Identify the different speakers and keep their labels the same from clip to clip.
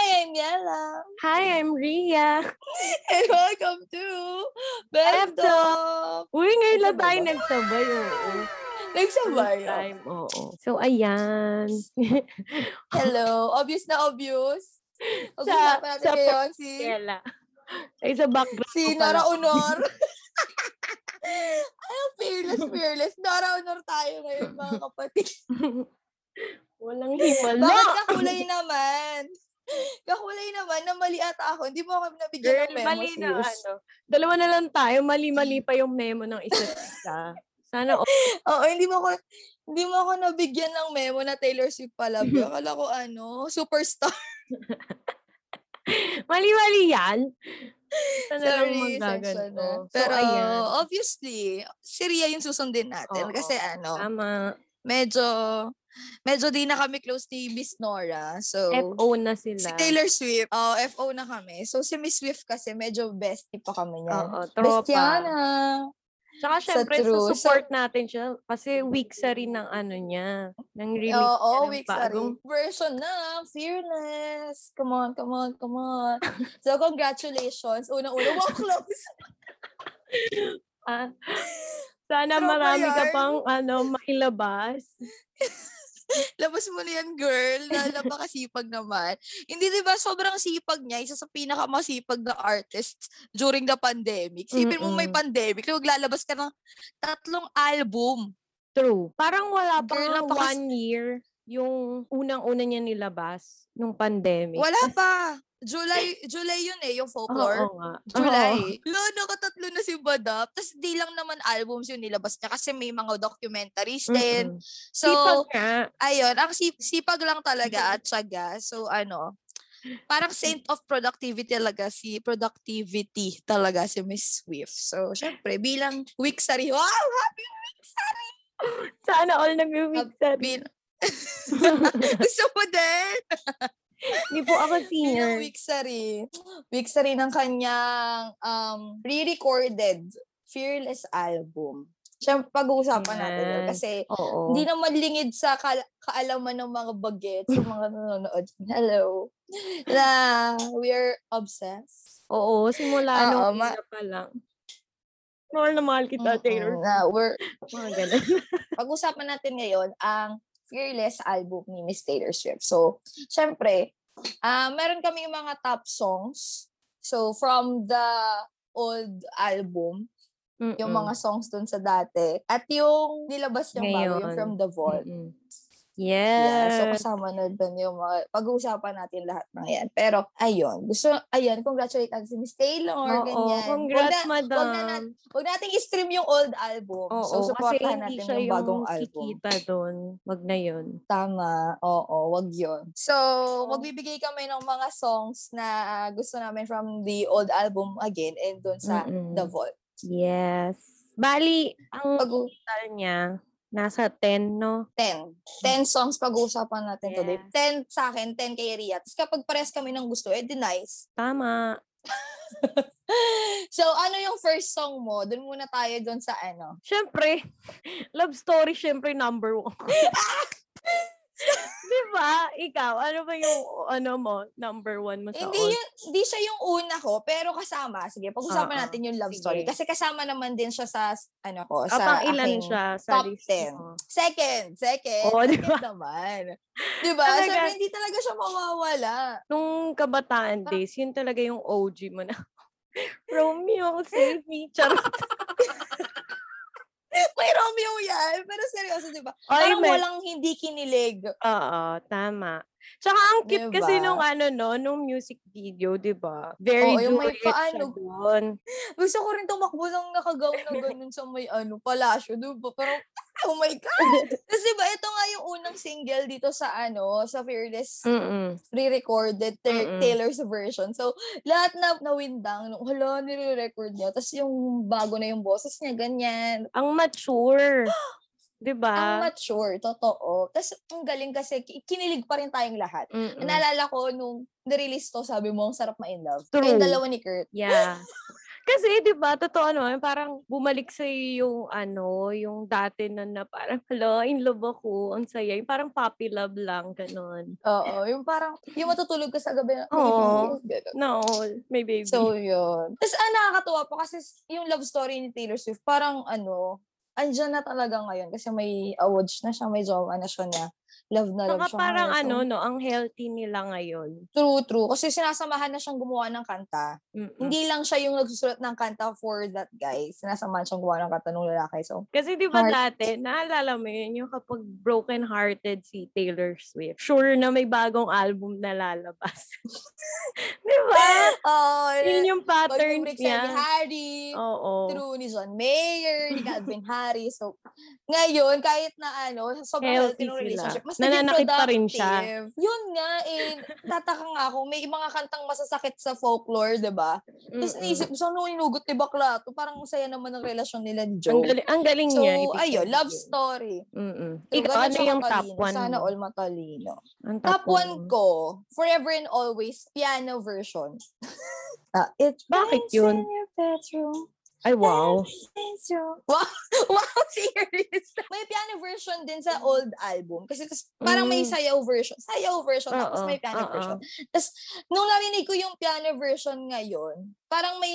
Speaker 1: Daniela.
Speaker 2: Hi, I'm Ria.
Speaker 1: And welcome to
Speaker 2: Bev
Speaker 1: Bev Talk!
Speaker 2: Uy, ngayon lang
Speaker 1: Ano
Speaker 2: tayo
Speaker 1: ba?
Speaker 2: nagsabay. Oo.
Speaker 1: Nagsabay.
Speaker 2: First
Speaker 1: oh.
Speaker 2: time, oo. So, ayan.
Speaker 1: Hello. Obvious na obvious. Obvious na
Speaker 2: Sa-
Speaker 1: pa natin
Speaker 2: sa
Speaker 1: ngayon si,
Speaker 2: Kela. Ay, sa background.
Speaker 1: si
Speaker 2: ko pala.
Speaker 1: Nora Honor. Ay, fearless, fearless. Nora Honor tayo ngayon, mga kapatid.
Speaker 2: Walang himala.
Speaker 1: Bakit kakulay naman? Kakulay naman na mali ata ako. Hindi mo ako nabigyan
Speaker 2: Girl,
Speaker 1: ng memo.
Speaker 2: mali na
Speaker 1: sis.
Speaker 2: ano. Dalawa na lang tayo. Mali-mali pa yung memo ng isa't isa. Sana okay.
Speaker 1: Oo, hindi mo ako, hindi mo ako nabigyan ng memo na Taylor Swift pala. Bea. Akala ko ano, superstar.
Speaker 2: Mali-mali yan. Sana
Speaker 1: Sorry,
Speaker 2: lang
Speaker 1: section
Speaker 2: magaganto.
Speaker 1: na.
Speaker 2: So,
Speaker 1: Pero oh.
Speaker 2: ayan.
Speaker 1: obviously, si Rhea yung susundin natin.
Speaker 2: Oo.
Speaker 1: Kasi ano,
Speaker 2: Tama.
Speaker 1: medyo, medyo di na kami close ni Miss Nora. So,
Speaker 2: FO na sila.
Speaker 1: si Taylor Swift, oh, FO na kami. So, si Miss Swift kasi medyo bestie pa kami niya.
Speaker 2: Oo, tropa.
Speaker 1: Bestiana!
Speaker 2: Tsaka
Speaker 1: Sa
Speaker 2: syempre,
Speaker 1: true. Sa-
Speaker 2: support natin siya kasi weak sa rin ng ano niya, ng release
Speaker 1: Eh, Oo,
Speaker 2: niya ng
Speaker 1: week sa
Speaker 2: bagong-
Speaker 1: Version na, fearless. Come on, come on, come on. So, congratulations. Unang-una, wow, close.
Speaker 2: Ah, sana
Speaker 1: Tropa
Speaker 2: marami ka
Speaker 1: yarn.
Speaker 2: pang ano, mailabas.
Speaker 1: Labas mo na yan, girl. Lala ba kasipag naman? Hindi, di ba? Sobrang sipag niya. Isa sa pinakamasipag na artist during the pandemic. Sipin mo may
Speaker 2: Mm-mm.
Speaker 1: pandemic. Maglalabas ka ng tatlong album.
Speaker 2: True. Parang wala pa
Speaker 1: Girl,
Speaker 2: nga
Speaker 1: napakas-
Speaker 2: one year yung unang-una niya nilabas nung pandemic.
Speaker 1: Wala pa. July, July yun eh, yung
Speaker 2: Oo,
Speaker 1: folklore.
Speaker 2: oo nga. Oo.
Speaker 1: July. Lo, nakatatlo na si Badap. Tapos di lang naman albums yung nilabas niya kasi may mga documentaries din.
Speaker 2: Mm-mm.
Speaker 1: So,
Speaker 2: Sipag nga.
Speaker 1: ayun, ang sip- sipag lang talaga at syaga. So ano, parang saint of productivity talaga si productivity talaga si Miss Swift. So syempre bilang week sari, wow, happy
Speaker 2: Sana all nag-weak sa rin.
Speaker 1: bil- Gusto mo din?
Speaker 2: Hindi po ako
Speaker 1: Bilang
Speaker 2: singer.
Speaker 1: week sari. Week sari ng kanyang um, re-recorded Fearless album. Siyempre, pag-uusapan natin yun
Speaker 2: Yes. Oh.
Speaker 1: kasi
Speaker 2: Oo.
Speaker 1: Hindi naman lingid sa kal- kaalaman ng mga bagets, sa mga nanonood. Hello. Na, we are obsessed.
Speaker 2: Oo, simula
Speaker 1: Oo,
Speaker 2: nung
Speaker 1: ma-
Speaker 2: una pa lang. Mahal na mahal kita, Taylor.
Speaker 1: Mm-mm, Na, we're,
Speaker 2: Mga ganun.
Speaker 1: pag-usapan natin ngayon ang Fearless album ni Miss Taylor Swift. So, syempre, ah meron kami mga top songs. So, from the old album, yung
Speaker 2: Mm-mm.
Speaker 1: mga songs dun sa dati, at yung nilabas niyang bago, yung
Speaker 2: Ngayon.
Speaker 1: From the Vault.
Speaker 2: Mm-mm.
Speaker 1: Yeah, so
Speaker 2: Yes.
Speaker 1: kasama na dun yung mga, pag-uusapan natin lahat ng yan. Pero, ayun, gusto, ayun, congratulate natin si Miss Taylor,
Speaker 2: Oo,
Speaker 1: ganyan. Huwag
Speaker 2: congrats,
Speaker 1: na,
Speaker 2: madam.
Speaker 1: na nat- huwag nating i-stream yung old album.
Speaker 2: Oo,
Speaker 1: so,
Speaker 2: kasi
Speaker 1: supportahan
Speaker 2: hindi
Speaker 1: natin
Speaker 2: siya
Speaker 1: yung bagong album.
Speaker 2: kikita doon. Wag na yun.
Speaker 1: Tama, oo, wag yun. So, magbibigay kami ng mga songs na gusto namin from the old album again and dun sa
Speaker 2: Mm-mm.
Speaker 1: The Vault.
Speaker 2: Yes. Bali, ang
Speaker 1: Pag
Speaker 2: total niya, nasa 10, no?
Speaker 1: 10. 10 songs pag-uusapan natin today. 10 sa akin, 10 kay Ria. Tapos kapag pares kami ng gusto, eh, di nice.
Speaker 2: Tama.
Speaker 1: so, ano yung first song mo? Doon muna tayo doon sa ano.
Speaker 2: Siyempre, love story, siyempre, number one. Di ba? Ikaw, ano ba yung, ano mo, number one mo sa
Speaker 1: hindi
Speaker 2: all?
Speaker 1: yun, hindi siya yung una ko, pero kasama. Sige, pag-usapan
Speaker 2: Oo,
Speaker 1: natin yung love
Speaker 2: Ah, sige.
Speaker 1: story. Kasi kasama naman din siya sa, ano ko,
Speaker 2: Ah,
Speaker 1: sa
Speaker 2: pang ilan
Speaker 1: aking-
Speaker 2: siya sa
Speaker 1: top
Speaker 2: list
Speaker 1: 10.
Speaker 2: mo?
Speaker 1: Second, second.
Speaker 2: Oo, di
Speaker 1: second naman. Di ba?
Speaker 2: Talaga.
Speaker 1: Siyempre, hindi talaga siya mawawala.
Speaker 2: Nung kabataan
Speaker 1: Parang-
Speaker 2: days, yun talaga yung OG mo na. Romeo, save me. Charot.
Speaker 1: May Romeo yan. Pero seryoso, di ba?
Speaker 2: Ay,
Speaker 1: Parang
Speaker 2: may-
Speaker 1: walang hindi kinilig.
Speaker 2: Oo, tama. Tsaka ang cute kasi
Speaker 1: Diba?
Speaker 2: nung ano no, nung music video, 'di ba? Very
Speaker 1: Oo, yung may
Speaker 2: duet siya
Speaker 1: paano.
Speaker 2: doon.
Speaker 1: Gusto ko rin tumakbo ng nakagaw na ganun sa may ano, palasyo, di ba? Pero, oh my God! Tapos diba, ito nga yung unang single dito sa ano, sa Fearless
Speaker 2: Mm-mm.
Speaker 1: re-recorded Tay-
Speaker 2: Mm. Mm-mm.
Speaker 1: Taylor's version. So, lahat na nawindang, nung, hala, nire-record niya. Tapos yung bago na yung boses niya, ganyan.
Speaker 2: Ang mature. 'Di
Speaker 1: Ang
Speaker 2: ba?
Speaker 1: mature, totoo. Tapos, ang galing kasi, ki- kinilig pa rin tayong lahat.
Speaker 2: Mm-mm.
Speaker 1: Naalala ko, nung nirelease to, sabi mo, ang sarap ma-in love.
Speaker 2: True.
Speaker 1: Kayong dalawa ni Kurt.
Speaker 2: Yeah. Kasi, di ba, totoo naman, parang bumalik sa yung ano, yung dati na na parang, hello, in love ako, ang saya. Yung parang puppy love lang, ganun.
Speaker 1: Oo, yung parang, yung matutulog ka sa gabi. na,
Speaker 2: Oo.
Speaker 1: ganun.
Speaker 2: No, my baby.
Speaker 1: So, yun. Tapos, ah, nakakatuwa po kasi s- yung love story ni Taylor Swift, parang ano, andyan na talaga ngayon kasi may awards na siya, may jowa na siya na love na love
Speaker 2: Saka
Speaker 1: siya.
Speaker 2: parang
Speaker 1: ngayon. So,
Speaker 2: ano, no, ang healthy nila ngayon.
Speaker 1: True, true. Kasi sinasamahan na siyang gumawa ng kanta.
Speaker 2: Mm-mm.
Speaker 1: Hindi lang siya yung nagsusulat ng kanta for that guy. Sinasamahan siyang gumawa ng kanta ng lalaki. So,
Speaker 2: Kasi di ba
Speaker 1: Heart.
Speaker 2: dati, naalala mo yun, yung kapag broken-hearted si Taylor Swift, sure na may bagong album na lalabas. di ba?
Speaker 1: oh,
Speaker 2: Yun yung
Speaker 1: Golden
Speaker 2: pattern
Speaker 1: Bricks ni
Speaker 2: niya.
Speaker 1: Harry.
Speaker 2: Oo.
Speaker 1: True ni John Mayer, ni Calvin Harris. So, ngayon, kahit na ano, sobrang healthy
Speaker 2: Healthy
Speaker 1: ng
Speaker 2: sila.
Speaker 1: relationship, mas
Speaker 2: Nananakit
Speaker 1: naging
Speaker 2: pa rin siya.
Speaker 1: productive. Yun nga, eh, tataka nga ako, may mga kantang masasakit sa folklore, di ba? Tapos
Speaker 2: Mm-mm.
Speaker 1: naisip, saan nung inugot ni Bakla? To, parang ang saya naman ng relasyon nila ni
Speaker 2: Ang
Speaker 1: Joe.
Speaker 2: galing, ang galing
Speaker 1: So,
Speaker 2: niya.
Speaker 1: ayun, love story.
Speaker 2: Mm-mm.
Speaker 1: So,
Speaker 2: Ikaw,
Speaker 1: ganun
Speaker 2: ano
Speaker 1: siya
Speaker 2: yung top
Speaker 1: katalino.
Speaker 2: one
Speaker 1: Sana
Speaker 2: mo?
Speaker 1: all matalino.
Speaker 2: Ang
Speaker 1: Top one
Speaker 2: mo?
Speaker 1: ko, Forever and Always, piano version. ah, it
Speaker 2: Bakit
Speaker 1: rains
Speaker 2: yun?
Speaker 1: in your bedroom.
Speaker 2: Ay, wow.
Speaker 1: Wow, wow, serious. May piano version din sa old album. Kasi tas, parang may
Speaker 2: Mm.
Speaker 1: sayaw version. Sayaw version, tapos
Speaker 2: Oo,
Speaker 1: may piano
Speaker 2: oo.
Speaker 1: version. Tapos, nung narinig ko yung piano version ngayon, parang may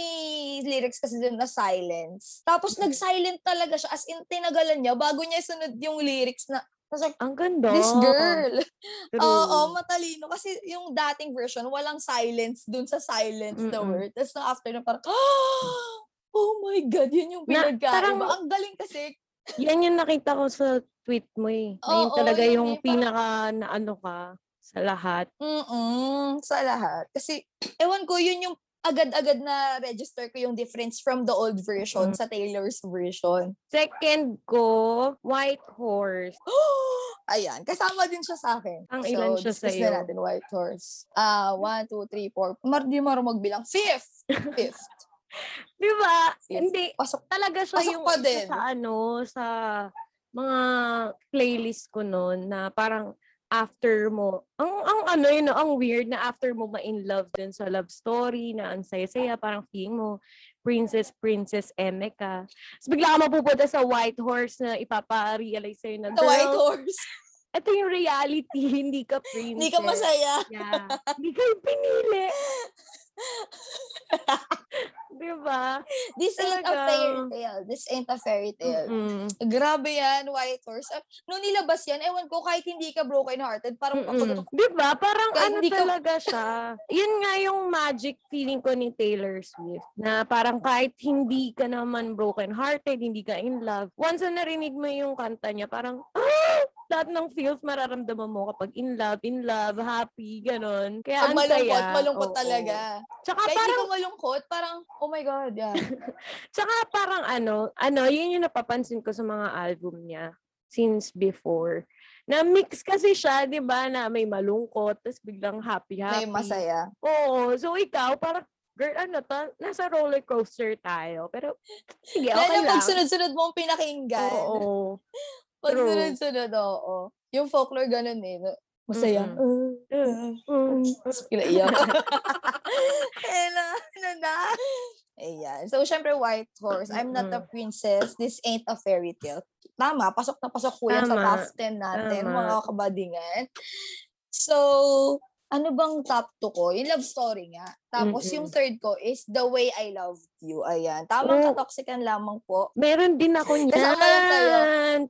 Speaker 1: lyrics kasi din na silence. Tapos,
Speaker 2: Mm.
Speaker 1: nag-silent talaga siya. As in, tinagalan niya bago niya sunod yung lyrics na, tapos like,
Speaker 2: Ang ganda.
Speaker 1: this girl.
Speaker 2: Ah, True.
Speaker 1: Oo, matalino. Kasi yung dating version, walang silence dun sa silence na
Speaker 2: Mm-mm.
Speaker 1: word. Tapos na after na parang, "Ah! oh my God, yun yung
Speaker 2: Na-
Speaker 1: pinagkaiba.
Speaker 2: parang-
Speaker 1: Ang galing kasi.
Speaker 2: Yan yung nakita ko sa tweet mo eh. Na yun
Speaker 1: Oo,
Speaker 2: talaga
Speaker 1: yun
Speaker 2: yung
Speaker 1: eh, parang-
Speaker 2: pinaka na ano ka sa lahat.
Speaker 1: Mm-mm, Mm, sa lahat. Kasi, ewan ko, yun yung agad-agad na register ko yung difference from the old version
Speaker 2: Mm.
Speaker 1: sa Taylor's version.
Speaker 2: Second ko, White Horse.
Speaker 1: Ayan, kasama din siya sa akin.
Speaker 2: Ang ilan siya
Speaker 1: discuss
Speaker 2: sa'yo?
Speaker 1: na natin, White Horse. Ah, one, two, three, four. Mar di marunong magbilang. Fifth! Fifth.
Speaker 2: Di ba?
Speaker 1: Yes.
Speaker 2: Hindi.
Speaker 1: Pasok.
Speaker 2: Talaga siya
Speaker 1: Pasok
Speaker 2: yung
Speaker 1: pa
Speaker 2: isa
Speaker 1: din.
Speaker 2: sa ano, sa mga playlist ko noon na parang after mo, ang, ang ano yun, no, ang weird na after mo ma-in love dun sa love story na ang saya-saya, parang feeling mo, Princess, Princess Eme ka. Tapos bigla ka mapupunta sa White Horse na ipapa-realize sa'yo na,
Speaker 1: The White
Speaker 2: girl,
Speaker 1: Horse.
Speaker 2: ito yung reality, hindi ka princess.
Speaker 1: Hindi ka masaya.
Speaker 2: Yeah. Hindi ka yung pinili. diba?
Speaker 1: This ain't a
Speaker 2: Talaga.
Speaker 1: fairy tale. This ain't a fairy tale.
Speaker 2: Mm-mm.
Speaker 1: Grabe yan, White Horse. Ah, Nung nilabas yan, ewan ko, kahit hindi ka broken-hearted, parang
Speaker 2: Mm-mm.
Speaker 1: ako,
Speaker 2: Di ba? Parang
Speaker 1: Kahit
Speaker 2: ano
Speaker 1: hindi ka-
Speaker 2: talaga siya. Yun nga yung magic feeling ko ni Taylor Swift. Na parang kahit hindi ka naman broken-hearted, hindi ka in love, once na narinig mo yung kanta niya, parang, ah! lahat ng feels mararamdaman mo kapag in love, in love, happy, ganun.
Speaker 1: pag
Speaker 2: Kaya ang saya.
Speaker 1: malungkot, malungkot
Speaker 2: ah, oo.
Speaker 1: talaga.
Speaker 2: Tsaka
Speaker 1: Kahit hindi
Speaker 2: Ah, parang,
Speaker 1: ka malungkot, parang, oh my God, yeah.
Speaker 2: tsaka parang ano, ano, yun yung napapansin ko sa mga album niya since before. Na mix kasi siya, 'di ba, na may malungkot, tapos biglang
Speaker 1: May
Speaker 2: happy-happy.
Speaker 1: masaya.
Speaker 2: Oo. So, ikaw, parang, girl, ano to? Nasa roller coaster tayo. Pero, sige, okay
Speaker 1: Lalo
Speaker 2: lang.
Speaker 1: pag sunod-sunod mong pinakinggan.
Speaker 2: Oo.
Speaker 1: Pag
Speaker 2: true.
Speaker 1: sunod-sunod, oo. Yung folklore, ganun eh. no? Masaya.
Speaker 2: Mm-mm.
Speaker 1: Uh, uh,
Speaker 2: Mm, mm, mm.
Speaker 1: Kinaiyak. Hello, ano na? Ayan. So, syempre, White Horse. I'm not a princess. This ain't a fairy tale. Tama. Pasok na pasok ko yan sa
Speaker 2: Tama.
Speaker 1: top 10 natin,
Speaker 2: Tama.
Speaker 1: mga kabadingan. So, ano bang top 2 ko? Yung love story nga. Tapos,
Speaker 2: Mm-mm. Oh.
Speaker 1: yung third ko is The Way I Loved You. Ayan. Tamang
Speaker 2: Oo.
Speaker 1: katoksikan lamang po.
Speaker 2: Meron din ako niyan.
Speaker 1: Kasama lang tayo.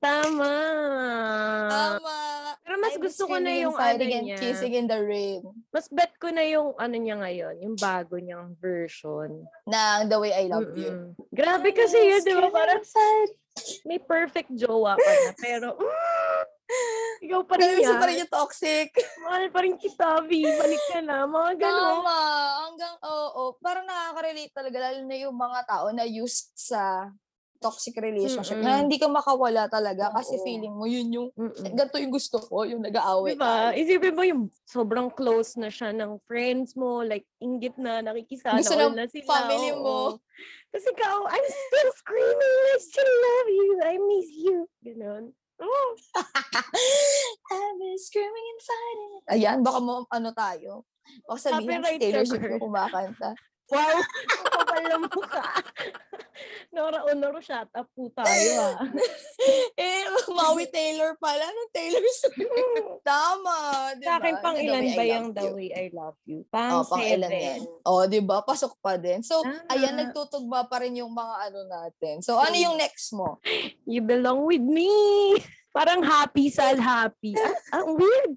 Speaker 2: Tama.
Speaker 1: Oh, Tama.
Speaker 2: Pero Ah. mas
Speaker 1: I'm
Speaker 2: gusto ko na
Speaker 1: screaming
Speaker 2: yung
Speaker 1: and
Speaker 2: ano
Speaker 1: fighting and
Speaker 2: niya.
Speaker 1: kissing in the rain
Speaker 2: Mas bet ko na yung ano niya ngayon. Yung bago niyang version.
Speaker 1: ng The Way I Loved You.
Speaker 2: Mm-mm. Grabe kasi yun, di ba? Parang may perfect jowa ka na. Pero, mm, ikaw pa rin
Speaker 1: Parang
Speaker 2: yan.
Speaker 1: gusto pa rin yung toxic.
Speaker 2: Mahal pa rin kita, Vi. Balik ka na. Mga ganun.
Speaker 1: Tama. Hanggang, oo. Parang nakaka-relate talaga. Lalo na yung mga tao na used sa toxic relationship. Na
Speaker 2: Mm-mm.
Speaker 1: hindi ka makawala talaga kasi
Speaker 2: Oo.
Speaker 1: feeling mo yun yung,
Speaker 2: Mm-mm.
Speaker 1: ganito yung gusto ko, yung nag-aaway.
Speaker 2: Diba? Isipin mo yung sobrang close na siya ng friends mo, like, inggit na, nakikisana,
Speaker 1: Gusto ng
Speaker 2: all na sila.
Speaker 1: family
Speaker 2: oo.
Speaker 1: mo.
Speaker 2: Tapos ikaw, I'm still screaming, I still love you, I miss you. Ganun. Oh,
Speaker 1: I've been screaming and fighting. Ayan, baka mo, ano tayo. Baka sabihin,
Speaker 2: Copyright
Speaker 1: Taylor
Speaker 2: ka,
Speaker 1: Swift yung
Speaker 2: girl.
Speaker 1: kumakanta.
Speaker 2: wow! Ang kapal alam mo ka. Nora Honor, shut up po tayo ah.
Speaker 1: eh, Maui Taylor pala. Anong Taylor Swift? Tama, di
Speaker 2: Sa akin
Speaker 1: ba?
Speaker 2: pang
Speaker 1: The
Speaker 2: ilan
Speaker 1: way I love
Speaker 2: ba yung The
Speaker 1: you.
Speaker 2: Way I Love You? Pang,
Speaker 1: Oh, pang
Speaker 2: seven.
Speaker 1: ilan yan? Oh, di ba? Pasok pa din. So, ayan,
Speaker 2: Ah.
Speaker 1: nagtutugma pa rin yung mga ano natin. So, ano yung next mo?
Speaker 2: You belong with me. Parang happy, sad, happy. Ah, ang weird.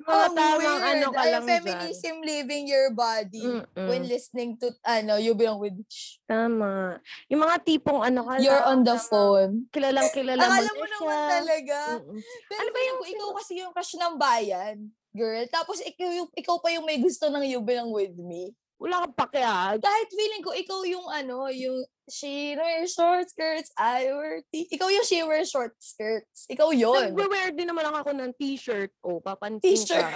Speaker 2: Yung Mga
Speaker 1: Ang
Speaker 2: tamang ano
Speaker 1: weird.
Speaker 2: ka
Speaker 1: Ay,
Speaker 2: lang dyan.
Speaker 1: Feminism living your body.
Speaker 2: Mm-mm.
Speaker 1: When listening to, ano, you belong with,
Speaker 2: Tama. Yung mga tipong ano ka
Speaker 1: you're on the
Speaker 2: tamang
Speaker 1: phone.
Speaker 2: Kilalang kilala mo
Speaker 1: Akala
Speaker 2: na
Speaker 1: mo naman
Speaker 2: siya.
Speaker 1: talaga.
Speaker 2: Mm-mm.
Speaker 1: Pero
Speaker 2: Ano
Speaker 1: ano ba
Speaker 2: ba yung
Speaker 1: ko, ikaw kasi yung crush ng bayan, girl. Tapos ikaw, yung, ikaw pa yung may gusto ng you belong with me.
Speaker 2: Wala kang ah. pakiag.
Speaker 1: Kahit feeling ko, ikaw yung ano, yung she wear short skirts, I wear t- Ikaw yung she wear short skirts. Ikaw yon
Speaker 2: Nagwe-wear din naman lang ako ng t-shirt. O, papansin
Speaker 1: T-shirt.
Speaker 2: ka.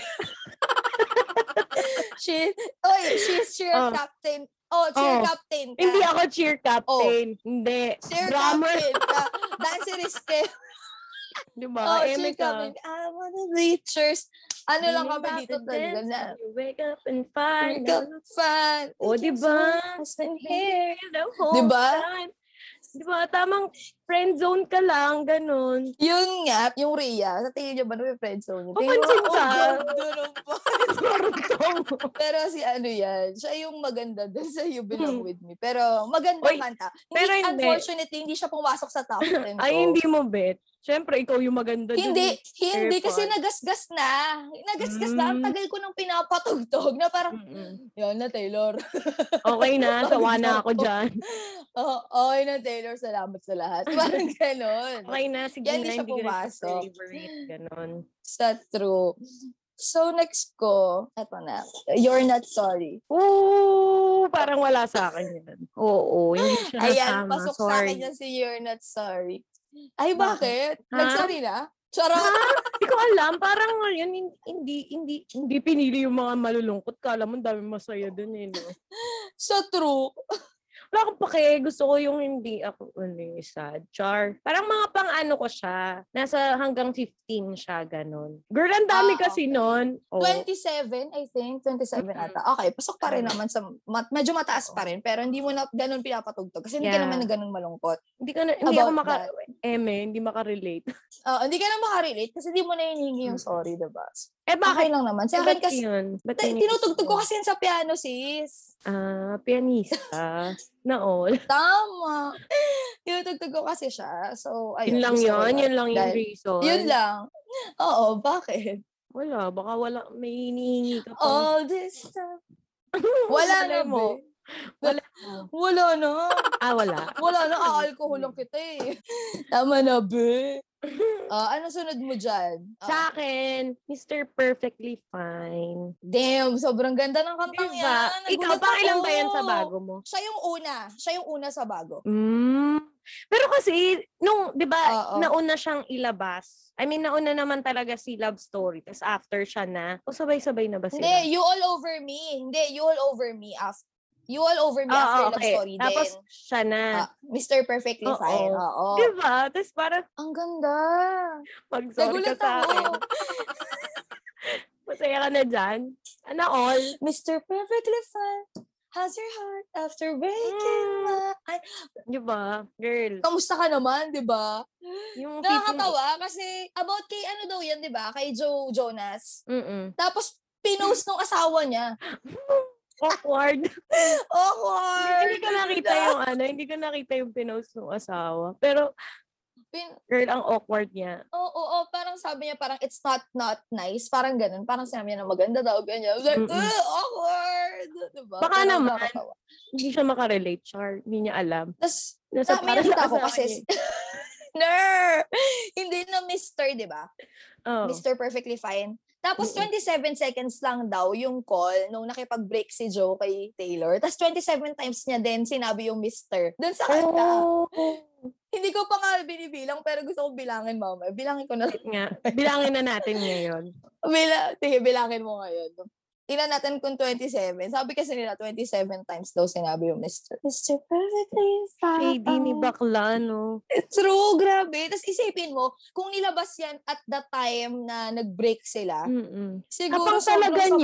Speaker 1: she, oy, she's cheer
Speaker 2: Oh.
Speaker 1: captain. Oh, cheer
Speaker 2: Oh.
Speaker 1: captain ka.
Speaker 2: Hindi ako cheer
Speaker 1: Oh.
Speaker 2: captain. Hindi.
Speaker 1: Cheer
Speaker 2: Drummer.
Speaker 1: captain ka. Dancer is Steph.
Speaker 2: Di
Speaker 1: Oh,
Speaker 2: ba? Eme
Speaker 1: cheer
Speaker 2: ka.
Speaker 1: captain. I wanna be cheers. Ano lang
Speaker 2: Dreaming
Speaker 1: kami
Speaker 2: about
Speaker 1: dito
Speaker 2: the
Speaker 1: talaga
Speaker 2: dance
Speaker 1: na.
Speaker 2: when You wake up and find
Speaker 1: Wake up,
Speaker 2: out
Speaker 1: Fan.
Speaker 2: O,
Speaker 1: Thank you
Speaker 2: diba?
Speaker 1: so much, husband here.
Speaker 2: here the whole
Speaker 1: Diba?
Speaker 2: time. Diba? Tamang friend zone ka lang. Ganun.
Speaker 1: Yun nga, yung Rhea, sa tingin niyo ba na may friend zone?
Speaker 2: Papansin
Speaker 1: oh,
Speaker 2: ka.
Speaker 1: Pero si ano yan, siya yung maganda dun sa You Belong
Speaker 2: Hmm.
Speaker 1: With Me. Pero magandang
Speaker 2: Oy,
Speaker 1: kanta.
Speaker 2: pero
Speaker 1: hindi,
Speaker 2: hindi.
Speaker 1: unfortunately, hindi siya pumasok sa top 10 ko.
Speaker 2: Ay, hindi mo bet. Siyempre, ikaw yung maganda dun.
Speaker 1: Oh. Hindi, hindi kasi
Speaker 2: Airpods.
Speaker 1: nagasgas na. Nagasgas na. Ang
Speaker 2: Mm.
Speaker 1: tagal ko nang pinapatugtog na parang,
Speaker 2: Mm-mm.
Speaker 1: yun na Taylor.
Speaker 2: Okay na, sawa na ako dyan.
Speaker 1: Oo, oh, yun na Taylor. Salamat sa lahat. Parang ganon.
Speaker 2: Okay na, sige
Speaker 1: Yan,
Speaker 2: na,
Speaker 1: hindi siya
Speaker 2: hindi ko na
Speaker 1: pumasok.
Speaker 2: favorite. Ganon.
Speaker 1: Sa true. So next ko, eto na. You're not sorry.
Speaker 2: Oo, parang wala sa akin yan. Oo, hindi siya
Speaker 1: Ayan,
Speaker 2: nasama.
Speaker 1: pasok sa
Speaker 2: Ah, Sorry.
Speaker 1: akin yan si You're not sorry. Ay,
Speaker 2: Bakit?
Speaker 1: bakit?
Speaker 2: Ha?
Speaker 1: Nag-sorry na? Charot!
Speaker 2: Hindi ko alam, parang yun, hin- hindi, hindi, hindi pinili yung mga malulungkot. Kala mo, ang dami masaya dun eh, no?
Speaker 1: So true.
Speaker 2: Wala akong pake, gusto ko yung hindi ako, ano yung sad, char. Parang mga pang ano ko siya, nasa hanggang 15 siya, ganon. Girl, ang dami
Speaker 1: Ah,
Speaker 2: kasi nun. Oo.
Speaker 1: 27, I think. 27
Speaker 2: Mhm.
Speaker 1: ata. Okay, pasok pa rin naman sa... mat- medyo mataas pa rin, pero hindi mo na ganun pinapatugtog. Kasi hindi ka
Speaker 2: Yeah.
Speaker 1: naman na ganun malungkot.
Speaker 2: Hindi ko na, hindi ako
Speaker 1: About
Speaker 2: maka, eme, hindi makarelate.
Speaker 1: Ah, hindi ka na makarelate kasi hindi mo na hinihingi yung
Speaker 2: Mhm.
Speaker 1: sorry, diba?
Speaker 2: Eh, bakit?
Speaker 1: Okay lang naman. Sa
Speaker 2: Eh,
Speaker 1: akin
Speaker 2: ba't
Speaker 1: kasi...
Speaker 2: yun? Ba't
Speaker 1: ta-
Speaker 2: yun
Speaker 1: Tinutugtog ko
Speaker 2: iniisip
Speaker 1: kasi yan sa piano, sis.
Speaker 2: mo? Ah, pianista. na all.
Speaker 1: Tama. Tinutugtog ko kasi siya. So, ayun.
Speaker 2: Yun lang
Speaker 1: gusto ko
Speaker 2: yun? Yun lang yung
Speaker 1: Dahil-
Speaker 2: reason?
Speaker 1: Yun lang. Oo, bakit?
Speaker 2: Wala, baka wala, may hinihingi ka pa.
Speaker 1: All this time. Wala na mo.
Speaker 2: Wala.
Speaker 1: Wala na.
Speaker 2: Ah, wala.
Speaker 1: Wala na. Aalkohol
Speaker 2: "Hmm."
Speaker 1: lang kita eh. Tama na, be. Ah, ano sunod mo dyan? Ah,
Speaker 2: Sa akin, Mr. Perfectly Fine.
Speaker 1: damn, sobrang ganda ng kantang
Speaker 2: Diba?
Speaker 1: yan.
Speaker 2: Ikaw,
Speaker 1: Nagulat
Speaker 2: pa ilang ba yan sa
Speaker 1: ako.
Speaker 2: bago mo?
Speaker 1: Siya yung una. Siya yung una sa bago.
Speaker 2: Mm. Pero kasi, nung, di ba,
Speaker 1: Oo.
Speaker 2: nauna siyang ilabas. I mean, nauna naman talaga si Love Story. Tapos after siya na, o sabay-sabay na ba sila?
Speaker 1: Hindi, You All Over Me. Hindi, You All Over Me after. You All Over Me
Speaker 2: Oo,
Speaker 1: after Love
Speaker 2: Ah, okay.
Speaker 1: Story
Speaker 2: Tapos
Speaker 1: din.
Speaker 2: siya na.
Speaker 1: Ah, oh. Mr. Perfectly
Speaker 2: Oo.
Speaker 1: Fine. Oo.
Speaker 2: Di ba? Tapos parang,
Speaker 1: Ang ganda.
Speaker 2: mag-sorry ka
Speaker 1: Nagulat
Speaker 2: sa akin.
Speaker 1: ako.
Speaker 2: Masaya ka na dyan. Ano all?
Speaker 1: Mr. Perfectly Fine. How's your heart after waking
Speaker 2: Mm.
Speaker 1: my eye?
Speaker 2: Di ba? Girl.
Speaker 1: Kamusta ka naman, di ba?
Speaker 2: Yung tipong-
Speaker 1: Nakakatawa kasi about kay ano daw yan, di ba? Kay Joe Jonas.
Speaker 2: Mm-mm.
Speaker 1: Tapos, pinost nung asawa niya.
Speaker 2: Awkward.
Speaker 1: Awkward!
Speaker 2: hindi ko nakita yung ano, hindi ko nakita yung pinost ng asawa. Pero,
Speaker 1: Pin-
Speaker 2: girl, ang awkward niya.
Speaker 1: Oo, oo, parang sabi niya, parang it's not not nice. Parang ganun. Parang sinabi niya na maganda daw, ganyan. I was like,
Speaker 2: Mm-mm.
Speaker 1: "Ugh, awkward! Diba?
Speaker 2: Baka
Speaker 1: Pero
Speaker 2: naman.
Speaker 1: nakakatawa.
Speaker 2: Hindi siya makarelate, Char. Hindi niya alam.
Speaker 1: Tapos,
Speaker 2: Nasa eh.
Speaker 1: Dami yung
Speaker 2: sa
Speaker 1: Ah, ako
Speaker 2: asawa
Speaker 1: kasi.
Speaker 2: niya.
Speaker 1: Ner! Hindi na Mr., di ba?
Speaker 2: Oo.
Speaker 1: Mr. Perfectly Fine. Tapos
Speaker 2: Mm-mm.
Speaker 1: 27 seconds lang daw yung call nung nakipag-break si Joe kay Taylor. Tapos 27 times niya din sinabi yung Mr. Doon sa kanta.
Speaker 2: Oh.
Speaker 1: Hindi ko pa nga binibilang pero gusto ko bilangin mama. Bilangin ko na.
Speaker 2: Nga. Bilangin na natin ngayon.
Speaker 1: Bila, sige, bilangin mo ngayon. Ilan natin kung 27? Sabi kasi nila 27 times daw sinabi yung Mr. Mr. Perfectly Fine.
Speaker 2: Shady ni bakla, no?
Speaker 1: True, grabe. Tapos isipin mo, kung nilabas yan at the time na nag-break sila,
Speaker 2: Mm-mm.
Speaker 1: siguro
Speaker 2: Tapang
Speaker 1: sobrang
Speaker 2: Mm. talaga
Speaker 1: sabog-sabog.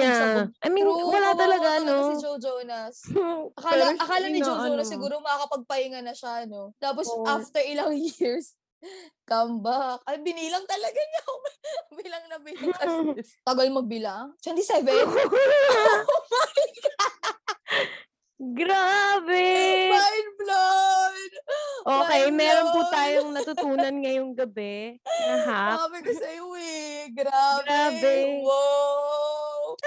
Speaker 2: niya. I mean,
Speaker 1: True,
Speaker 2: wala
Speaker 1: kawawa
Speaker 2: talaga, no?
Speaker 1: Si Joe Jonas.
Speaker 2: Pero
Speaker 1: Akala, akala ni
Speaker 2: ina-
Speaker 1: Joe Jonas
Speaker 2: ano.
Speaker 1: siguro makakapagpahinga na siya, no? Tapos
Speaker 2: Oo.
Speaker 1: after ilang years, come back. Ay, binilang talaga niya. bilang na bilang. As- Tagal magbilang. 27?
Speaker 2: Grabe!
Speaker 1: Mind blown!
Speaker 2: Okay,
Speaker 1: my
Speaker 2: meron po
Speaker 1: Lord.
Speaker 2: tayong natutunan ngayong gabi. Na hack.
Speaker 1: Sabi ko sa'yo eh. Grabe.
Speaker 2: Grabe.
Speaker 1: Wow!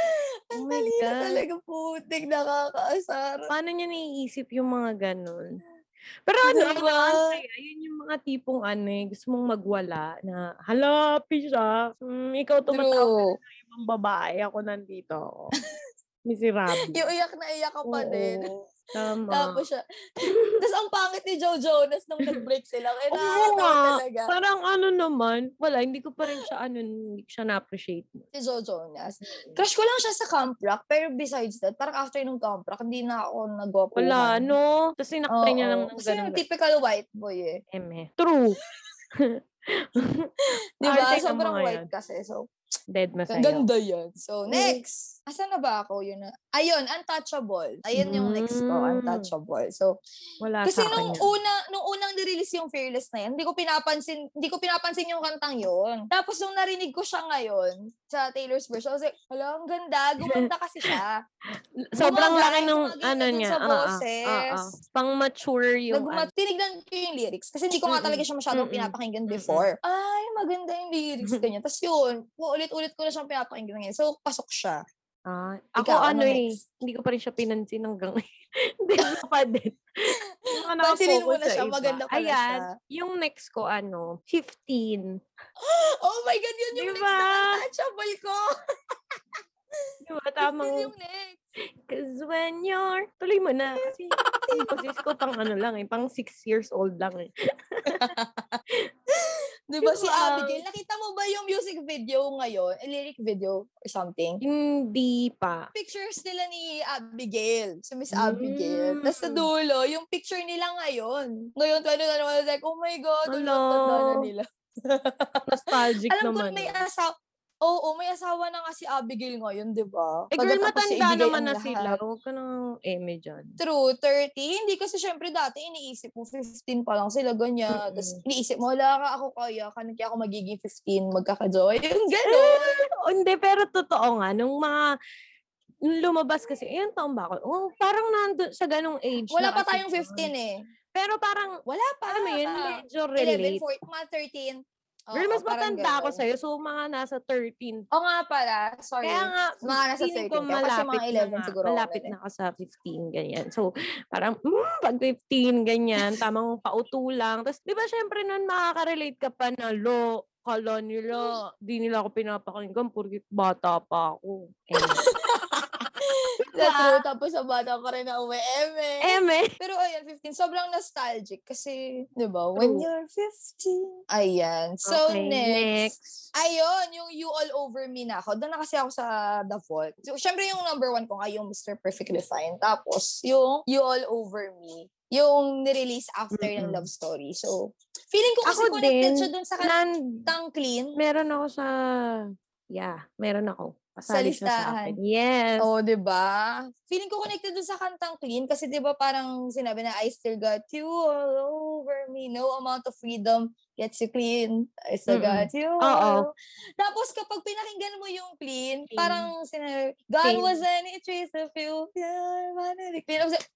Speaker 1: Ang
Speaker 2: Oh my
Speaker 1: talino
Speaker 2: God.
Speaker 1: talaga putik. Nakakaasar.
Speaker 2: Paano niya naiisip yung mga ganun? Pero ano,
Speaker 1: Diba?
Speaker 2: diba? yun yung mga tipong ano eh, gusto mong magwala na, hala, siya. Mm, ikaw tumatawag
Speaker 1: True.
Speaker 2: ng babae, ako nandito. Miserable.
Speaker 1: Yung iyak na iyak ka pa din.
Speaker 2: Oo, Tama.
Speaker 1: Tapos siya. Tapos ang pangit ni Joe Jonas nung nag-break sila. Kaya
Speaker 2: Oo
Speaker 1: nakakatawa
Speaker 2: nga.
Speaker 1: talaga.
Speaker 2: Parang ano naman, wala, hindi ko pa rin siya, ano, hindi ko siya na-appreciate.
Speaker 1: Si Joe Jonas. Crush ko lang siya sa camp rock. Pero besides that, parang after nung camp rock, hindi na ako nag-go
Speaker 2: Wala, no? Tapos sinaktan niya lang ng
Speaker 1: Kasi yung
Speaker 2: ganun.
Speaker 1: typical white boy eh.
Speaker 2: Eme. True.
Speaker 1: Di ba?
Speaker 2: Arte ng
Speaker 1: Sobrang
Speaker 2: Ah, mga
Speaker 1: white
Speaker 2: yan.
Speaker 1: kasi. So,
Speaker 2: Dead na
Speaker 1: ang
Speaker 2: sa'yo.
Speaker 1: ganda yan. So,
Speaker 2: Mm.
Speaker 1: next. Asan na ba ako? Yun na. Ayun, untouchable. Ayun yung next ko,
Speaker 2: Mm.
Speaker 1: untouchable. So,
Speaker 2: Wala
Speaker 1: kasi
Speaker 2: sa akin
Speaker 1: nung
Speaker 2: yan.
Speaker 1: una, nung unang nirelease yung Fearless na yan, hindi ko pinapansin, hindi ko pinapansin yung kantang yun. Tapos nung narinig ko siya ngayon sa Taylor's version, I was like, "Hala, ang ganda, gumanda kasi siya.
Speaker 2: Sobrang
Speaker 1: Bumaba,
Speaker 2: laki nung
Speaker 1: gumaganda
Speaker 2: ano
Speaker 1: eh, dun
Speaker 2: niya.
Speaker 1: sa
Speaker 2: ah, ah,
Speaker 1: boses.
Speaker 2: ah, ah. Pang-mature yung ano?
Speaker 1: Nagma- tinignan ko yung lyrics kasi hindi ko nga
Speaker 2: Mm-mm.
Speaker 1: talaga siya masyadong
Speaker 2: Mm-mm.
Speaker 1: pinapakinggan
Speaker 2: Mm-mm.
Speaker 1: before. Ay, maganda yung lyrics kanya. Tapos yun, ulit-ulit ko na siyang pinapakinggan ngayon. So, pasok siya.
Speaker 2: Ah, ako
Speaker 1: Ikaw, ano
Speaker 2: ano eh,
Speaker 1: next?
Speaker 2: hindi ko pa rin siya pinansin hanggang Hindi ko pa din. Mga
Speaker 1: Pansinin mo
Speaker 2: nakafocus
Speaker 1: na
Speaker 2: sa
Speaker 1: siya,
Speaker 2: iba.
Speaker 1: maganda pala
Speaker 2: Ayan,
Speaker 1: siya.
Speaker 2: yung next ko ano, 15.
Speaker 1: Oh my God, yun yung
Speaker 2: Diba?
Speaker 1: next na untouchable ko.
Speaker 2: Diba,
Speaker 1: Tamang...
Speaker 2: tamang,
Speaker 1: yung next.
Speaker 2: cause when you're, tuloy mo na. Kasi yung boses ko pang ano lang eh, pang 6 years old lang eh.
Speaker 1: Di ba si
Speaker 2: Diba?
Speaker 1: Abigail? Nakita mo ba yung music video ngayon? Eh, Lyric video or something?
Speaker 2: Hindi pa.
Speaker 1: pictures nila ni Abigail, si Miss Abigail.
Speaker 2: Mm.
Speaker 1: Tapos sa dulo, yung picture nila ngayon. Ngayon, ano na naman, like, oh my God, ang
Speaker 2: Hello.
Speaker 1: tanda na nila.
Speaker 2: Nostalgic
Speaker 1: Alam ko
Speaker 2: naman.
Speaker 1: may
Speaker 2: eh.
Speaker 1: asawa, oo, may asawa na nga si Abigail ngayon, di ba?
Speaker 2: eh girl,
Speaker 1: Pagkatapos
Speaker 2: matanda
Speaker 1: ibigay
Speaker 2: naman
Speaker 1: ang
Speaker 2: na
Speaker 1: lahat.
Speaker 2: sila. Huwag ka nang eme dyan.
Speaker 1: True, 30. Hindi kasi syempre dati iniisip mo 15 pa lang sila ganyan.
Speaker 2: Mm-mm.
Speaker 1: Tapos iniisip mo, wala ka ako kaya, kanang kaya ako magiging 15, magkakajoy. Yung gano'n.
Speaker 2: Eh, Oh, hindi, pero totoo nga, nung mga, nung lumabas kasi, ayun taon ba ako? Oh, parang nandun sa ganong age.
Speaker 1: Wala
Speaker 2: na
Speaker 1: pa
Speaker 2: kasi
Speaker 1: tayong eh. Ah,
Speaker 2: yun.
Speaker 1: 15 eh.
Speaker 2: Pero parang,
Speaker 1: Wala pa.
Speaker 2: alam mo yun, medyo
Speaker 1: 11,
Speaker 2: relate.
Speaker 1: 14, mga 13. Oo,
Speaker 2: Girl, mas
Speaker 1: parang
Speaker 2: matanda ako
Speaker 1: ganun.
Speaker 2: sa'yo, so mga nasa 13.
Speaker 1: Oo nga pala, sorry.
Speaker 2: Kaya nga,
Speaker 1: Mga nasa
Speaker 2: feeling
Speaker 1: 13 ka.
Speaker 2: ko
Speaker 1: Kasi mga
Speaker 2: malapit
Speaker 1: 11
Speaker 2: na nga,
Speaker 1: siguro. ako
Speaker 2: Malapit
Speaker 1: nun
Speaker 2: na ako sa 15, ganyan. So, parang, mm, pag 15, ganyan, tamang pauto lang. Tapos, di ba, syempre, nun makaka-relate ka pa na, lo, kala nila, di nila ako pinapakinggan, porque bata pa ako. Ayun.
Speaker 1: eh. That's true, tapos sa bata pa rin eh. na uwi. Eme.
Speaker 2: Eme.
Speaker 1: Pero ayan, 15, sobrang nostalgic kasi, di ba, when
Speaker 2: True.
Speaker 1: you're 15. Ayan, so
Speaker 2: Okay,
Speaker 1: next. Ayun, yung You All Over Me na ako. Doon na kasi ako sa The Vault. So, syempre yung number one ko nga, yung Mr. Perfectly Fine. Tapos, yung You All Over Me. Yung nirelease after ng
Speaker 2: Mm-mm.
Speaker 1: Love Story. So, feeling ko kasi
Speaker 2: Ako
Speaker 1: connected
Speaker 2: din.
Speaker 1: siya doon sa
Speaker 2: Nan,
Speaker 1: kantang Clean.
Speaker 2: meron ako sa, yeah, meron ako.
Speaker 1: Sa
Speaker 2: Kasali siya sa
Speaker 1: listahan.
Speaker 2: akin. Yes.
Speaker 1: Oo, oh, 'di ba? Feeling ko connected dun sa kantang Clean kasi 'di ba parang sinabi na I still got you all over me, no amount of freedom gets you clean. I still
Speaker 2: Mm-mm.
Speaker 1: got you.
Speaker 2: Oo.
Speaker 1: all over-" Tapos kapag pinakinggan mo yung Clean,
Speaker 2: Clean.
Speaker 1: parang sinabi, God
Speaker 2: Clean.
Speaker 1: was any trace of you. Yeah, Clean. I was like,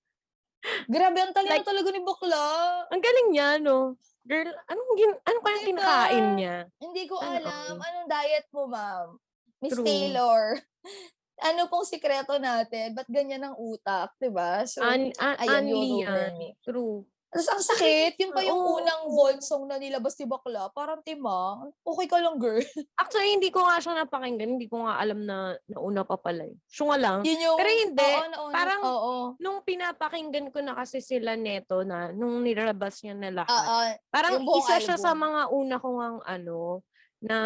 Speaker 1: Grabe, ang talino
Speaker 2: Like-
Speaker 1: talaga ni Bakla.
Speaker 2: Ang galing niya, no? Girl, anong, gin, anong kayang
Speaker 1: Diba?
Speaker 2: kinakain niya?
Speaker 1: Hindi ko
Speaker 2: Ano?
Speaker 1: alam. Anong diet mo, ma'am? Miss
Speaker 2: True.
Speaker 1: Taylor. ano pong sikreto natin? Ba't ganyan ang utak, di ba? So,
Speaker 2: An, an,
Speaker 1: Ayan,
Speaker 2: Anli
Speaker 1: yung
Speaker 2: yan.
Speaker 1: over me.
Speaker 2: True.
Speaker 1: Tapos ang sakit, yun pa yung
Speaker 2: Oo.
Speaker 1: unang vault song na nilabas ni Bakla. Parang timang, okay ka lang girl.
Speaker 2: Actually, hindi ko nga siya napakinggan. Hindi ko nga alam na nauna pa pala. eh. Siya nga lang.
Speaker 1: Yun yung,
Speaker 2: Pero hindi,
Speaker 1: oo, nauna-
Speaker 2: parang-
Speaker 1: oo.
Speaker 2: Nung pinapakinggan ko na kasi sila neto na, nung nilabas niya na lahat.
Speaker 1: Oo,
Speaker 2: Parang
Speaker 1: Yung buong
Speaker 2: isa siya sa
Speaker 1: album.
Speaker 2: mga una ko ngang ano na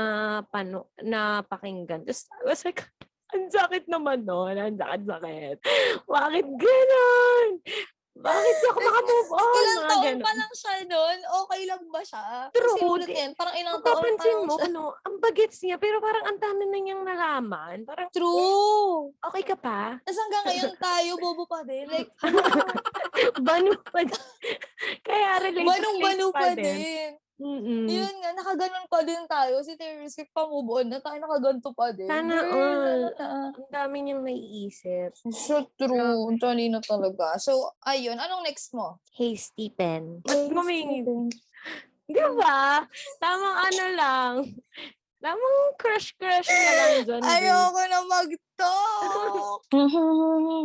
Speaker 2: pano na pakinggan. Tapos I was like, Ang sakit naman nun. Ang sakit, sakit. Bakit ganon? Bakit di ako makamove on?
Speaker 1: Ilang
Speaker 2: Mga
Speaker 1: taon
Speaker 2: ganon.
Speaker 1: pa lang siya noon? Okay lang ba siya?
Speaker 2: True,
Speaker 1: Kasi ulit
Speaker 2: di-
Speaker 1: yan, parang ilang
Speaker 2: Kung
Speaker 1: taon pa
Speaker 2: papansin
Speaker 1: lang
Speaker 2: mo,
Speaker 1: siya.
Speaker 2: ano, ang bagets niya, pero parang ang dami na niyang nalaman. Parang,
Speaker 1: True.
Speaker 2: okay ka pa?
Speaker 1: Tapos hanggang ngayon tayo, bobo pa din. Like,
Speaker 2: Banu pa din. Kaya relationship
Speaker 1: banong-bano pa din.
Speaker 2: Mm-mm.
Speaker 1: Yun nga, nakaganon pa din tayo. Si Terrence, kaya pang-move on na tayo, nakaganto pa din.
Speaker 2: Sana
Speaker 1: Girl,
Speaker 2: all.
Speaker 1: ano na?
Speaker 2: Ang dami niyang naiisip.
Speaker 1: So true. Ang talino talaga. So, ayun. Anong next mo?
Speaker 2: Hasty pen. Mas gumingin.
Speaker 1: Mm.
Speaker 2: Di ba? Tamang ano lang. Tamang crush-crush na lang dyan. eh. babe.
Speaker 1: Ayoko na mag-talk.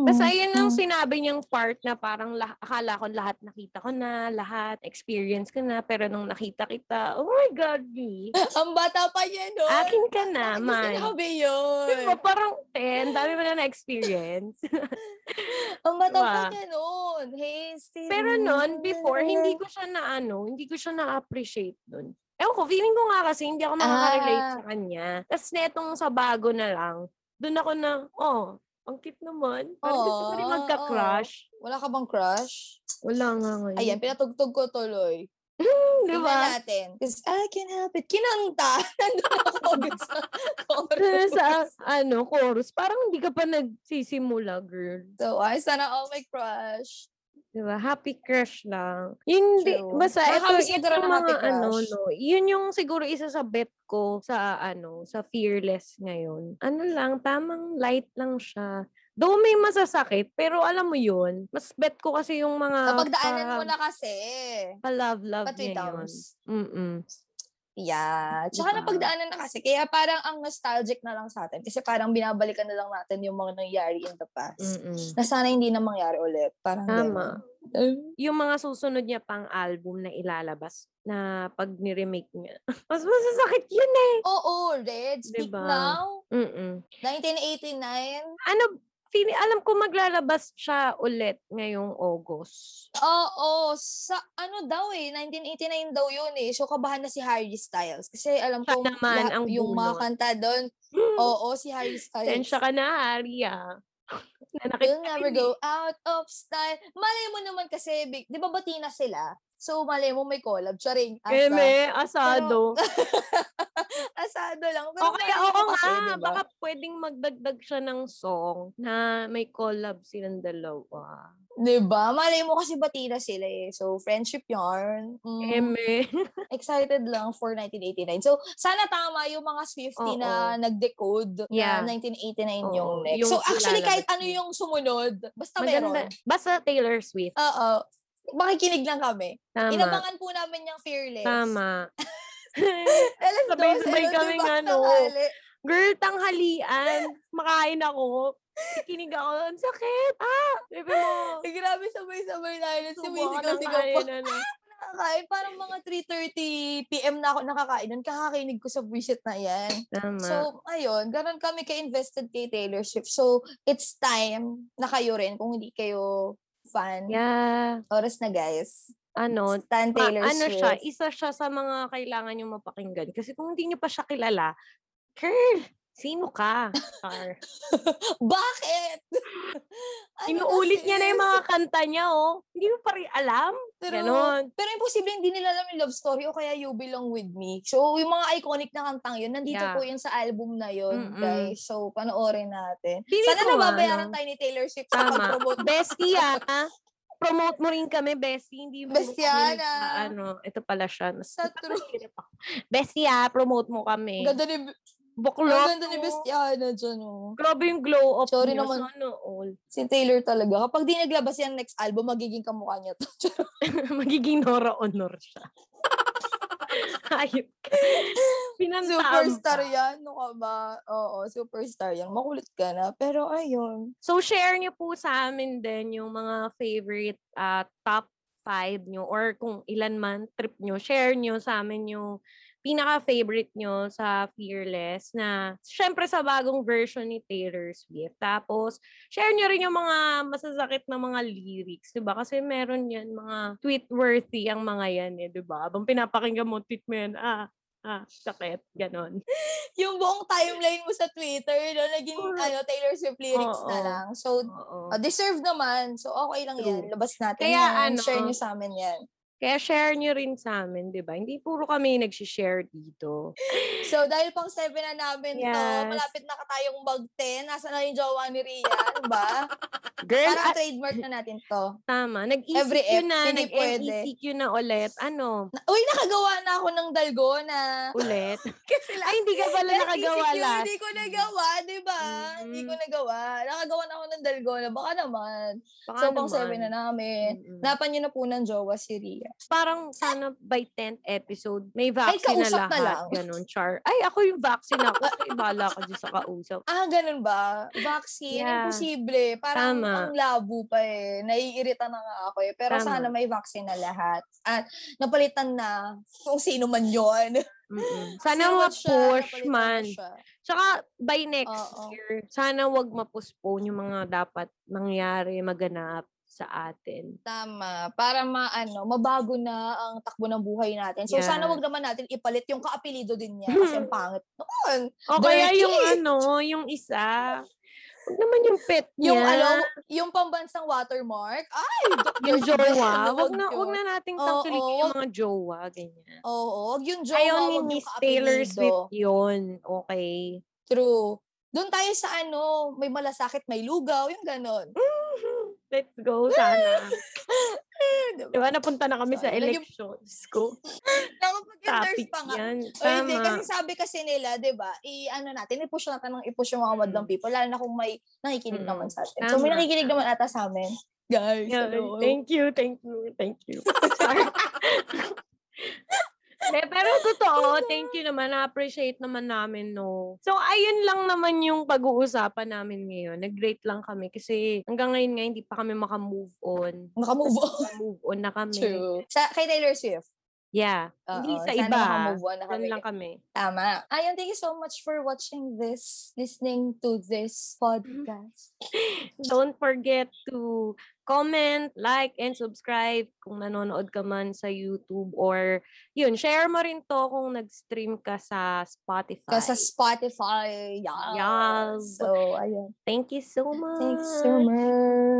Speaker 2: Tapos ayun ang
Speaker 1: Mm.
Speaker 2: sinabi niyang part na parang lah- akala ko lahat nakita ko na, lahat experience ko na, pero nung nakita kita, oh my God, G,
Speaker 1: Ang bata pa niya, no?
Speaker 2: akin ka na,
Speaker 1: Bakit niya
Speaker 2: man.
Speaker 1: Sinabi
Speaker 2: Di ba,
Speaker 1: yun.
Speaker 2: parang 10, dami mo na na-experience.
Speaker 1: Ang bata pa
Speaker 2: Diba?
Speaker 1: niya noon. Hasty.
Speaker 2: Pero noon, before, hindi ko siya na ano, hindi ko siya na-appreciate noon. Ewan ko, feeling ko nga kasi hindi ako makaka-relate
Speaker 1: Ah.
Speaker 2: sa kanya. Tapos netong sa bago na lang, doon ako na, oh, ang cute naman. Parang gusto ko rin
Speaker 1: Oo,
Speaker 2: magka-crush.
Speaker 1: Wala ka bang crush?
Speaker 2: Wala nga ngayon.
Speaker 1: Ayan, pinatugtog ko tuloy.
Speaker 2: di
Speaker 1: Tingnan
Speaker 2: ba?
Speaker 1: natin. Because I can help it. Kinanta. Nandun ako agad sa
Speaker 2: Pero
Speaker 1: chorus.
Speaker 2: sa ano, chorus, parang hindi ka pa nagsisimula, girl.
Speaker 1: So, ay, sana all my crush.
Speaker 2: Di ba? Happy crush lang. Yun, di,
Speaker 1: True.
Speaker 2: basta
Speaker 1: Baka
Speaker 2: ito,
Speaker 1: mas
Speaker 2: ito
Speaker 1: nagkaroon ng happy
Speaker 2: mga ano,
Speaker 1: crush.
Speaker 2: no, yun yung siguro isa sa bet ko sa ano, sa fearless ngayon. Ano lang, tamang light lang siya. Though may masasakit, pero alam mo yun, mas bet ko kasi yung mga
Speaker 1: Napagdaanan mo
Speaker 2: pa-
Speaker 1: na kasi.
Speaker 2: pa-love-love
Speaker 1: Patwi
Speaker 2: niya yun.
Speaker 1: Towns.
Speaker 2: Mm-mm.
Speaker 1: Yeah. Tsaka
Speaker 2: Diba?
Speaker 1: napagdaanan na kasi. Kaya parang ang nostalgic na lang sa atin. Kasi parang binabalikan na lang natin yung mga nangyari in the past.
Speaker 2: Mm-mm.
Speaker 1: Na sana hindi na mangyari ulit. Parang
Speaker 2: Tama.
Speaker 1: ganun.
Speaker 2: yung mga susunod niya pang album na ilalabas na pag ni-remake niya. Mas masasakit yun eh.
Speaker 1: Oo, Red. Speak
Speaker 2: Diba?
Speaker 1: Now.
Speaker 2: Mm-mm.
Speaker 1: 1989.
Speaker 2: Ano, feel, alam ko maglalabas siya ulit ngayong August.
Speaker 1: Oo, sa ano daw eh, 1989 daw yun eh. So, kabahan na si Harry Styles. Kasi alam
Speaker 2: Siya
Speaker 1: ko,
Speaker 2: naman
Speaker 1: lahat-
Speaker 2: ang
Speaker 1: yung mga
Speaker 2: bunot.
Speaker 1: kanta doon, oo, si Harry Styles.
Speaker 2: Tensya ka na, Aria. Nanakit
Speaker 1: You'll never go out of style. Malay mo naman kasi, big, di ba batina sila? So, malay mo may collab. Siya rin, asa.
Speaker 2: Eme, asado.
Speaker 1: Asado lang. Pero
Speaker 2: o kaya,
Speaker 1: malay mo
Speaker 2: oo
Speaker 1: kasi,
Speaker 2: nga,
Speaker 1: di ba?
Speaker 2: baka pwedeng magdagdag siya ng song na may collab silang dalawa.
Speaker 1: Di ba? Malay mo kasi batina sila eh. So, friendship yarn. Mm,
Speaker 2: Eme.
Speaker 1: excited lang for 1989. So, sana tama yung mga Swiftie
Speaker 2: Oo.
Speaker 1: na nag-decode
Speaker 2: Yeah.
Speaker 1: na 1989 yung
Speaker 2: Oo,
Speaker 1: next.
Speaker 2: yung
Speaker 1: so, actually, kahit
Speaker 2: ilalabas
Speaker 1: ano
Speaker 2: niya.
Speaker 1: yung sumunod, basta meron.
Speaker 2: Maganda. Basta Taylor Swift.
Speaker 1: Oo. Makikinig lang kami.
Speaker 2: Tama.
Speaker 1: Inabangan po namin yung Fearless.
Speaker 2: Tama.
Speaker 1: Alas
Speaker 2: Sabay-sabay
Speaker 1: 12,
Speaker 2: kaming
Speaker 1: diba?
Speaker 2: ano.
Speaker 1: Tanghali.
Speaker 2: Girl, tanghalian. Makain ako. Kikinig ako. Ang sakit. Ah! Bebe mo.
Speaker 1: Ay, grabe sabay-sabay na yun. Si
Speaker 2: Subo
Speaker 1: Winnie
Speaker 2: ako ng
Speaker 1: kasi ko po
Speaker 2: kain. Ano.
Speaker 1: nakakain. Parang mga 3.30 p.m. na ako nakakain nun. Kakakinig ko sa buwisit na yan.
Speaker 2: Tama.
Speaker 1: So, ayun. Ganun kami ka-invested kay Taylor Swift. So, it's time na kayo rin kung hindi kayo fan.
Speaker 2: yeah.
Speaker 1: Oras na, guys.
Speaker 2: Ano,
Speaker 1: Stan
Speaker 2: pa-
Speaker 1: Taylor
Speaker 2: ano
Speaker 1: Swift.
Speaker 2: siya, isa siya sa mga kailangan nyo mapakinggan. Kasi kung hindi nyo pa siya kilala, girl, sino ka? Char.
Speaker 1: Bakit? Ano
Speaker 2: Inuulit
Speaker 1: kasi
Speaker 2: niya na yung
Speaker 1: yun?
Speaker 2: mga kanta niya, oh. Hindi mo pa rin alam.
Speaker 1: Pero-
Speaker 2: Ganon.
Speaker 1: Pero imposible hindi nila alam yung love story o kaya You Belong With Me. So, yung mga iconic na kantang yun, nandito
Speaker 2: Yeah.
Speaker 1: po yun sa album na yun,
Speaker 2: Mm-mm.
Speaker 1: guys. So, panoorin natin.
Speaker 2: Feeling
Speaker 1: Sana
Speaker 2: ko,
Speaker 1: nababayaran
Speaker 2: ano,
Speaker 1: tayo ni Taylor Swift sa
Speaker 2: Tama.
Speaker 1: pag-promote.
Speaker 2: Bestie, ah. Promote mo rin kami, bestie. Hindi mo
Speaker 1: Bestie, ah.
Speaker 2: kami
Speaker 1: Ana.
Speaker 2: nagpa- ano, ito pala siya. Mas,
Speaker 1: Sa true.
Speaker 2: bestie, ah, promote mo kami.
Speaker 1: Ang ganda ni,
Speaker 2: Buklo.
Speaker 1: ang ganda ni
Speaker 2: no?
Speaker 1: Bestiana dyan, oh.
Speaker 2: Grabe yung glow up
Speaker 1: Sorry
Speaker 2: niyo.
Speaker 1: naman.
Speaker 2: So, ano, all.
Speaker 1: Si Taylor talaga. Kapag di naglabas yan next album, magiging kamukha niya to. Charot.
Speaker 2: Magiging Nora Honor siya. Ayun. Pinantaan
Speaker 1: superstar
Speaker 2: pa.
Speaker 1: yan. Ano ka ba? Oo, superstar yan. Makulit ka na. Pero ayun.
Speaker 2: So, share niyo po sa amin din yung mga favorite ah, top 5 nyo or kung ilan man trip nyo, share nyo sa amin yung pinaka-favorite nyo sa Fearless na syempre sa bagong version ni Taylor Swift. Tapos, share nyo rin yung mga masasakit na mga lyrics, di ba? Kasi meron yan mga tweet-worthy ang mga yan, eh, di ba? Abang pinapakinggan mo tweet mo yan, ah, ah, sakit, ganon.
Speaker 1: Yung buong timeline mo sa Twitter, no, naging
Speaker 2: Correct.
Speaker 1: ano, Taylor Swift lyrics na
Speaker 2: Oo.
Speaker 1: lang. So,
Speaker 2: Oo.
Speaker 1: ah, deserve naman. So, okay lang yan.
Speaker 2: True.
Speaker 1: Labas natin
Speaker 2: Kaya
Speaker 1: yan.
Speaker 2: ano-
Speaker 1: Share nyo sa amin yan.
Speaker 2: Kaya share nyo rin sa amin, di ba? Hindi puro kami nag-share dito.
Speaker 1: So, dahil pang 7 na namin to,
Speaker 2: Yes.
Speaker 1: malapit na ka tayong mag 10. Nasaan na yung jowa ni Rhea? Ano ba?
Speaker 2: Girl,
Speaker 1: Parang
Speaker 2: at
Speaker 1: trademark na natin to.
Speaker 2: tama.
Speaker 1: every
Speaker 2: Nag-ECQ
Speaker 1: F,
Speaker 2: na,
Speaker 1: hindi pwede.
Speaker 2: nag-MECQ na ulit. Ano,
Speaker 1: Na- Uy, nakagawa na ako ng dalgona.
Speaker 2: ulit?
Speaker 1: Kasi
Speaker 2: Ay, hindi ka pala
Speaker 1: Last
Speaker 2: nakagawa
Speaker 1: ECQ,
Speaker 2: last.
Speaker 1: Hindi ko nagawa, di ba? Hindi
Speaker 2: Mm.
Speaker 1: ko nagawa. Nakagawa na ako ng dalgona. Baka naman.
Speaker 2: Baka
Speaker 1: so, pang
Speaker 2: naman.
Speaker 1: 7 na namin.
Speaker 2: Mm-mm.
Speaker 1: Napan nyo na po ng jowa si Rhea.
Speaker 2: parang sana by 10th episode, may vaccine na
Speaker 1: kausap na
Speaker 2: lahat.
Speaker 1: lang.
Speaker 2: Ganun, char. Ay, ako yung vaccine ako. Ay, bala ka dyan sa kausap.
Speaker 1: Ah, ganun ba? Vaccine?
Speaker 2: Yeah.
Speaker 1: Imposible. Parang
Speaker 2: Tama.
Speaker 1: ang labo pa eh. Naiirita na nga ako eh. Pero
Speaker 2: Tama.
Speaker 1: sana may vaccine na lahat. At napalitan na kung sino man yon.
Speaker 2: Mm-mm. Sana
Speaker 1: Sino man siya, Ano
Speaker 2: ma-push
Speaker 1: napalitan na
Speaker 2: man.
Speaker 1: siya.
Speaker 2: Tsaka by next
Speaker 1: Oo.
Speaker 2: year, sana wag ma-postpone yung mga dapat mangyari, maganap sa atin.
Speaker 1: Tama. Para maano, mabago na ang takbo ng buhay natin. So sana
Speaker 2: Yes.
Speaker 1: wag naman natin ipalit yung kaapelido din niya kasi ang pangit noon.
Speaker 2: O kaya
Speaker 1: Dirty.
Speaker 2: yung ano, yung isa. Huwag naman yung pet niya.
Speaker 1: Yung ano, yung pambansang watermark. Ay,
Speaker 2: yung
Speaker 1: dirty din.
Speaker 2: jowa. Wag na,
Speaker 1: yun.
Speaker 2: wag na nating
Speaker 1: Oo.
Speaker 2: tangkilikin yung mga jowa, ganyan.
Speaker 1: Oo, wag yung jowa,
Speaker 2: Ayaw ni
Speaker 1: wag yung
Speaker 2: Miss
Speaker 1: kaapelido.
Speaker 2: Taylor Swift yun. Okay.
Speaker 1: True. Doon tayo sa ano, may malasakit, may lugaw, yung ganon.
Speaker 2: Let's go, sana.
Speaker 1: Diba?
Speaker 2: Diba, napunta na kami sa
Speaker 1: Sorry, lagi-
Speaker 2: elections ko.
Speaker 1: Nakapag-endorse
Speaker 2: Topic
Speaker 1: pa nga.
Speaker 2: yan.
Speaker 1: O hindi, kasi
Speaker 2: Tama.
Speaker 1: sabi kasi nila, di ba, i-ano natin, i-push natin ng i-push yung mga
Speaker 2: Mm.
Speaker 1: madlang people, lalo na kung may nakikinig
Speaker 2: Mm.
Speaker 1: naman sa atin. So, may
Speaker 2: Tama.
Speaker 1: nakikinig naman ata sa amin. Guys,
Speaker 2: Yeah,
Speaker 1: hello.
Speaker 2: thank you, thank you, thank you. Sorry. De, pero totoo, thank you naman. Na-appreciate naman namin, no. So, ayun lang naman yung pag-uusapan namin ngayon. Nag-rate lang kami kasi hanggang ngayon nga, hindi pa kami makamove on.
Speaker 1: Nakamove on.
Speaker 2: Move on na kami.
Speaker 1: True. Sa, kay Taylor Swift.
Speaker 2: Yeah. hindi
Speaker 1: Oo,
Speaker 2: sa
Speaker 1: sana
Speaker 2: iba.
Speaker 1: makamove on na
Speaker 2: Yun
Speaker 1: kami.
Speaker 2: lang kami.
Speaker 1: Tama. Ayun, thank you so much for watching this, listening to
Speaker 2: Mm-hmm.
Speaker 1: this podcast.
Speaker 2: Don't forget to comment, like, and subscribe kung nanonood ka man sa YouTube or yun, share mo rin to kung nag-stream ka sa Spotify.
Speaker 1: Kasi sa Spotify. Yes.
Speaker 2: Yes.
Speaker 1: So, ayun.
Speaker 2: Thank you so much.
Speaker 1: Thanks so much.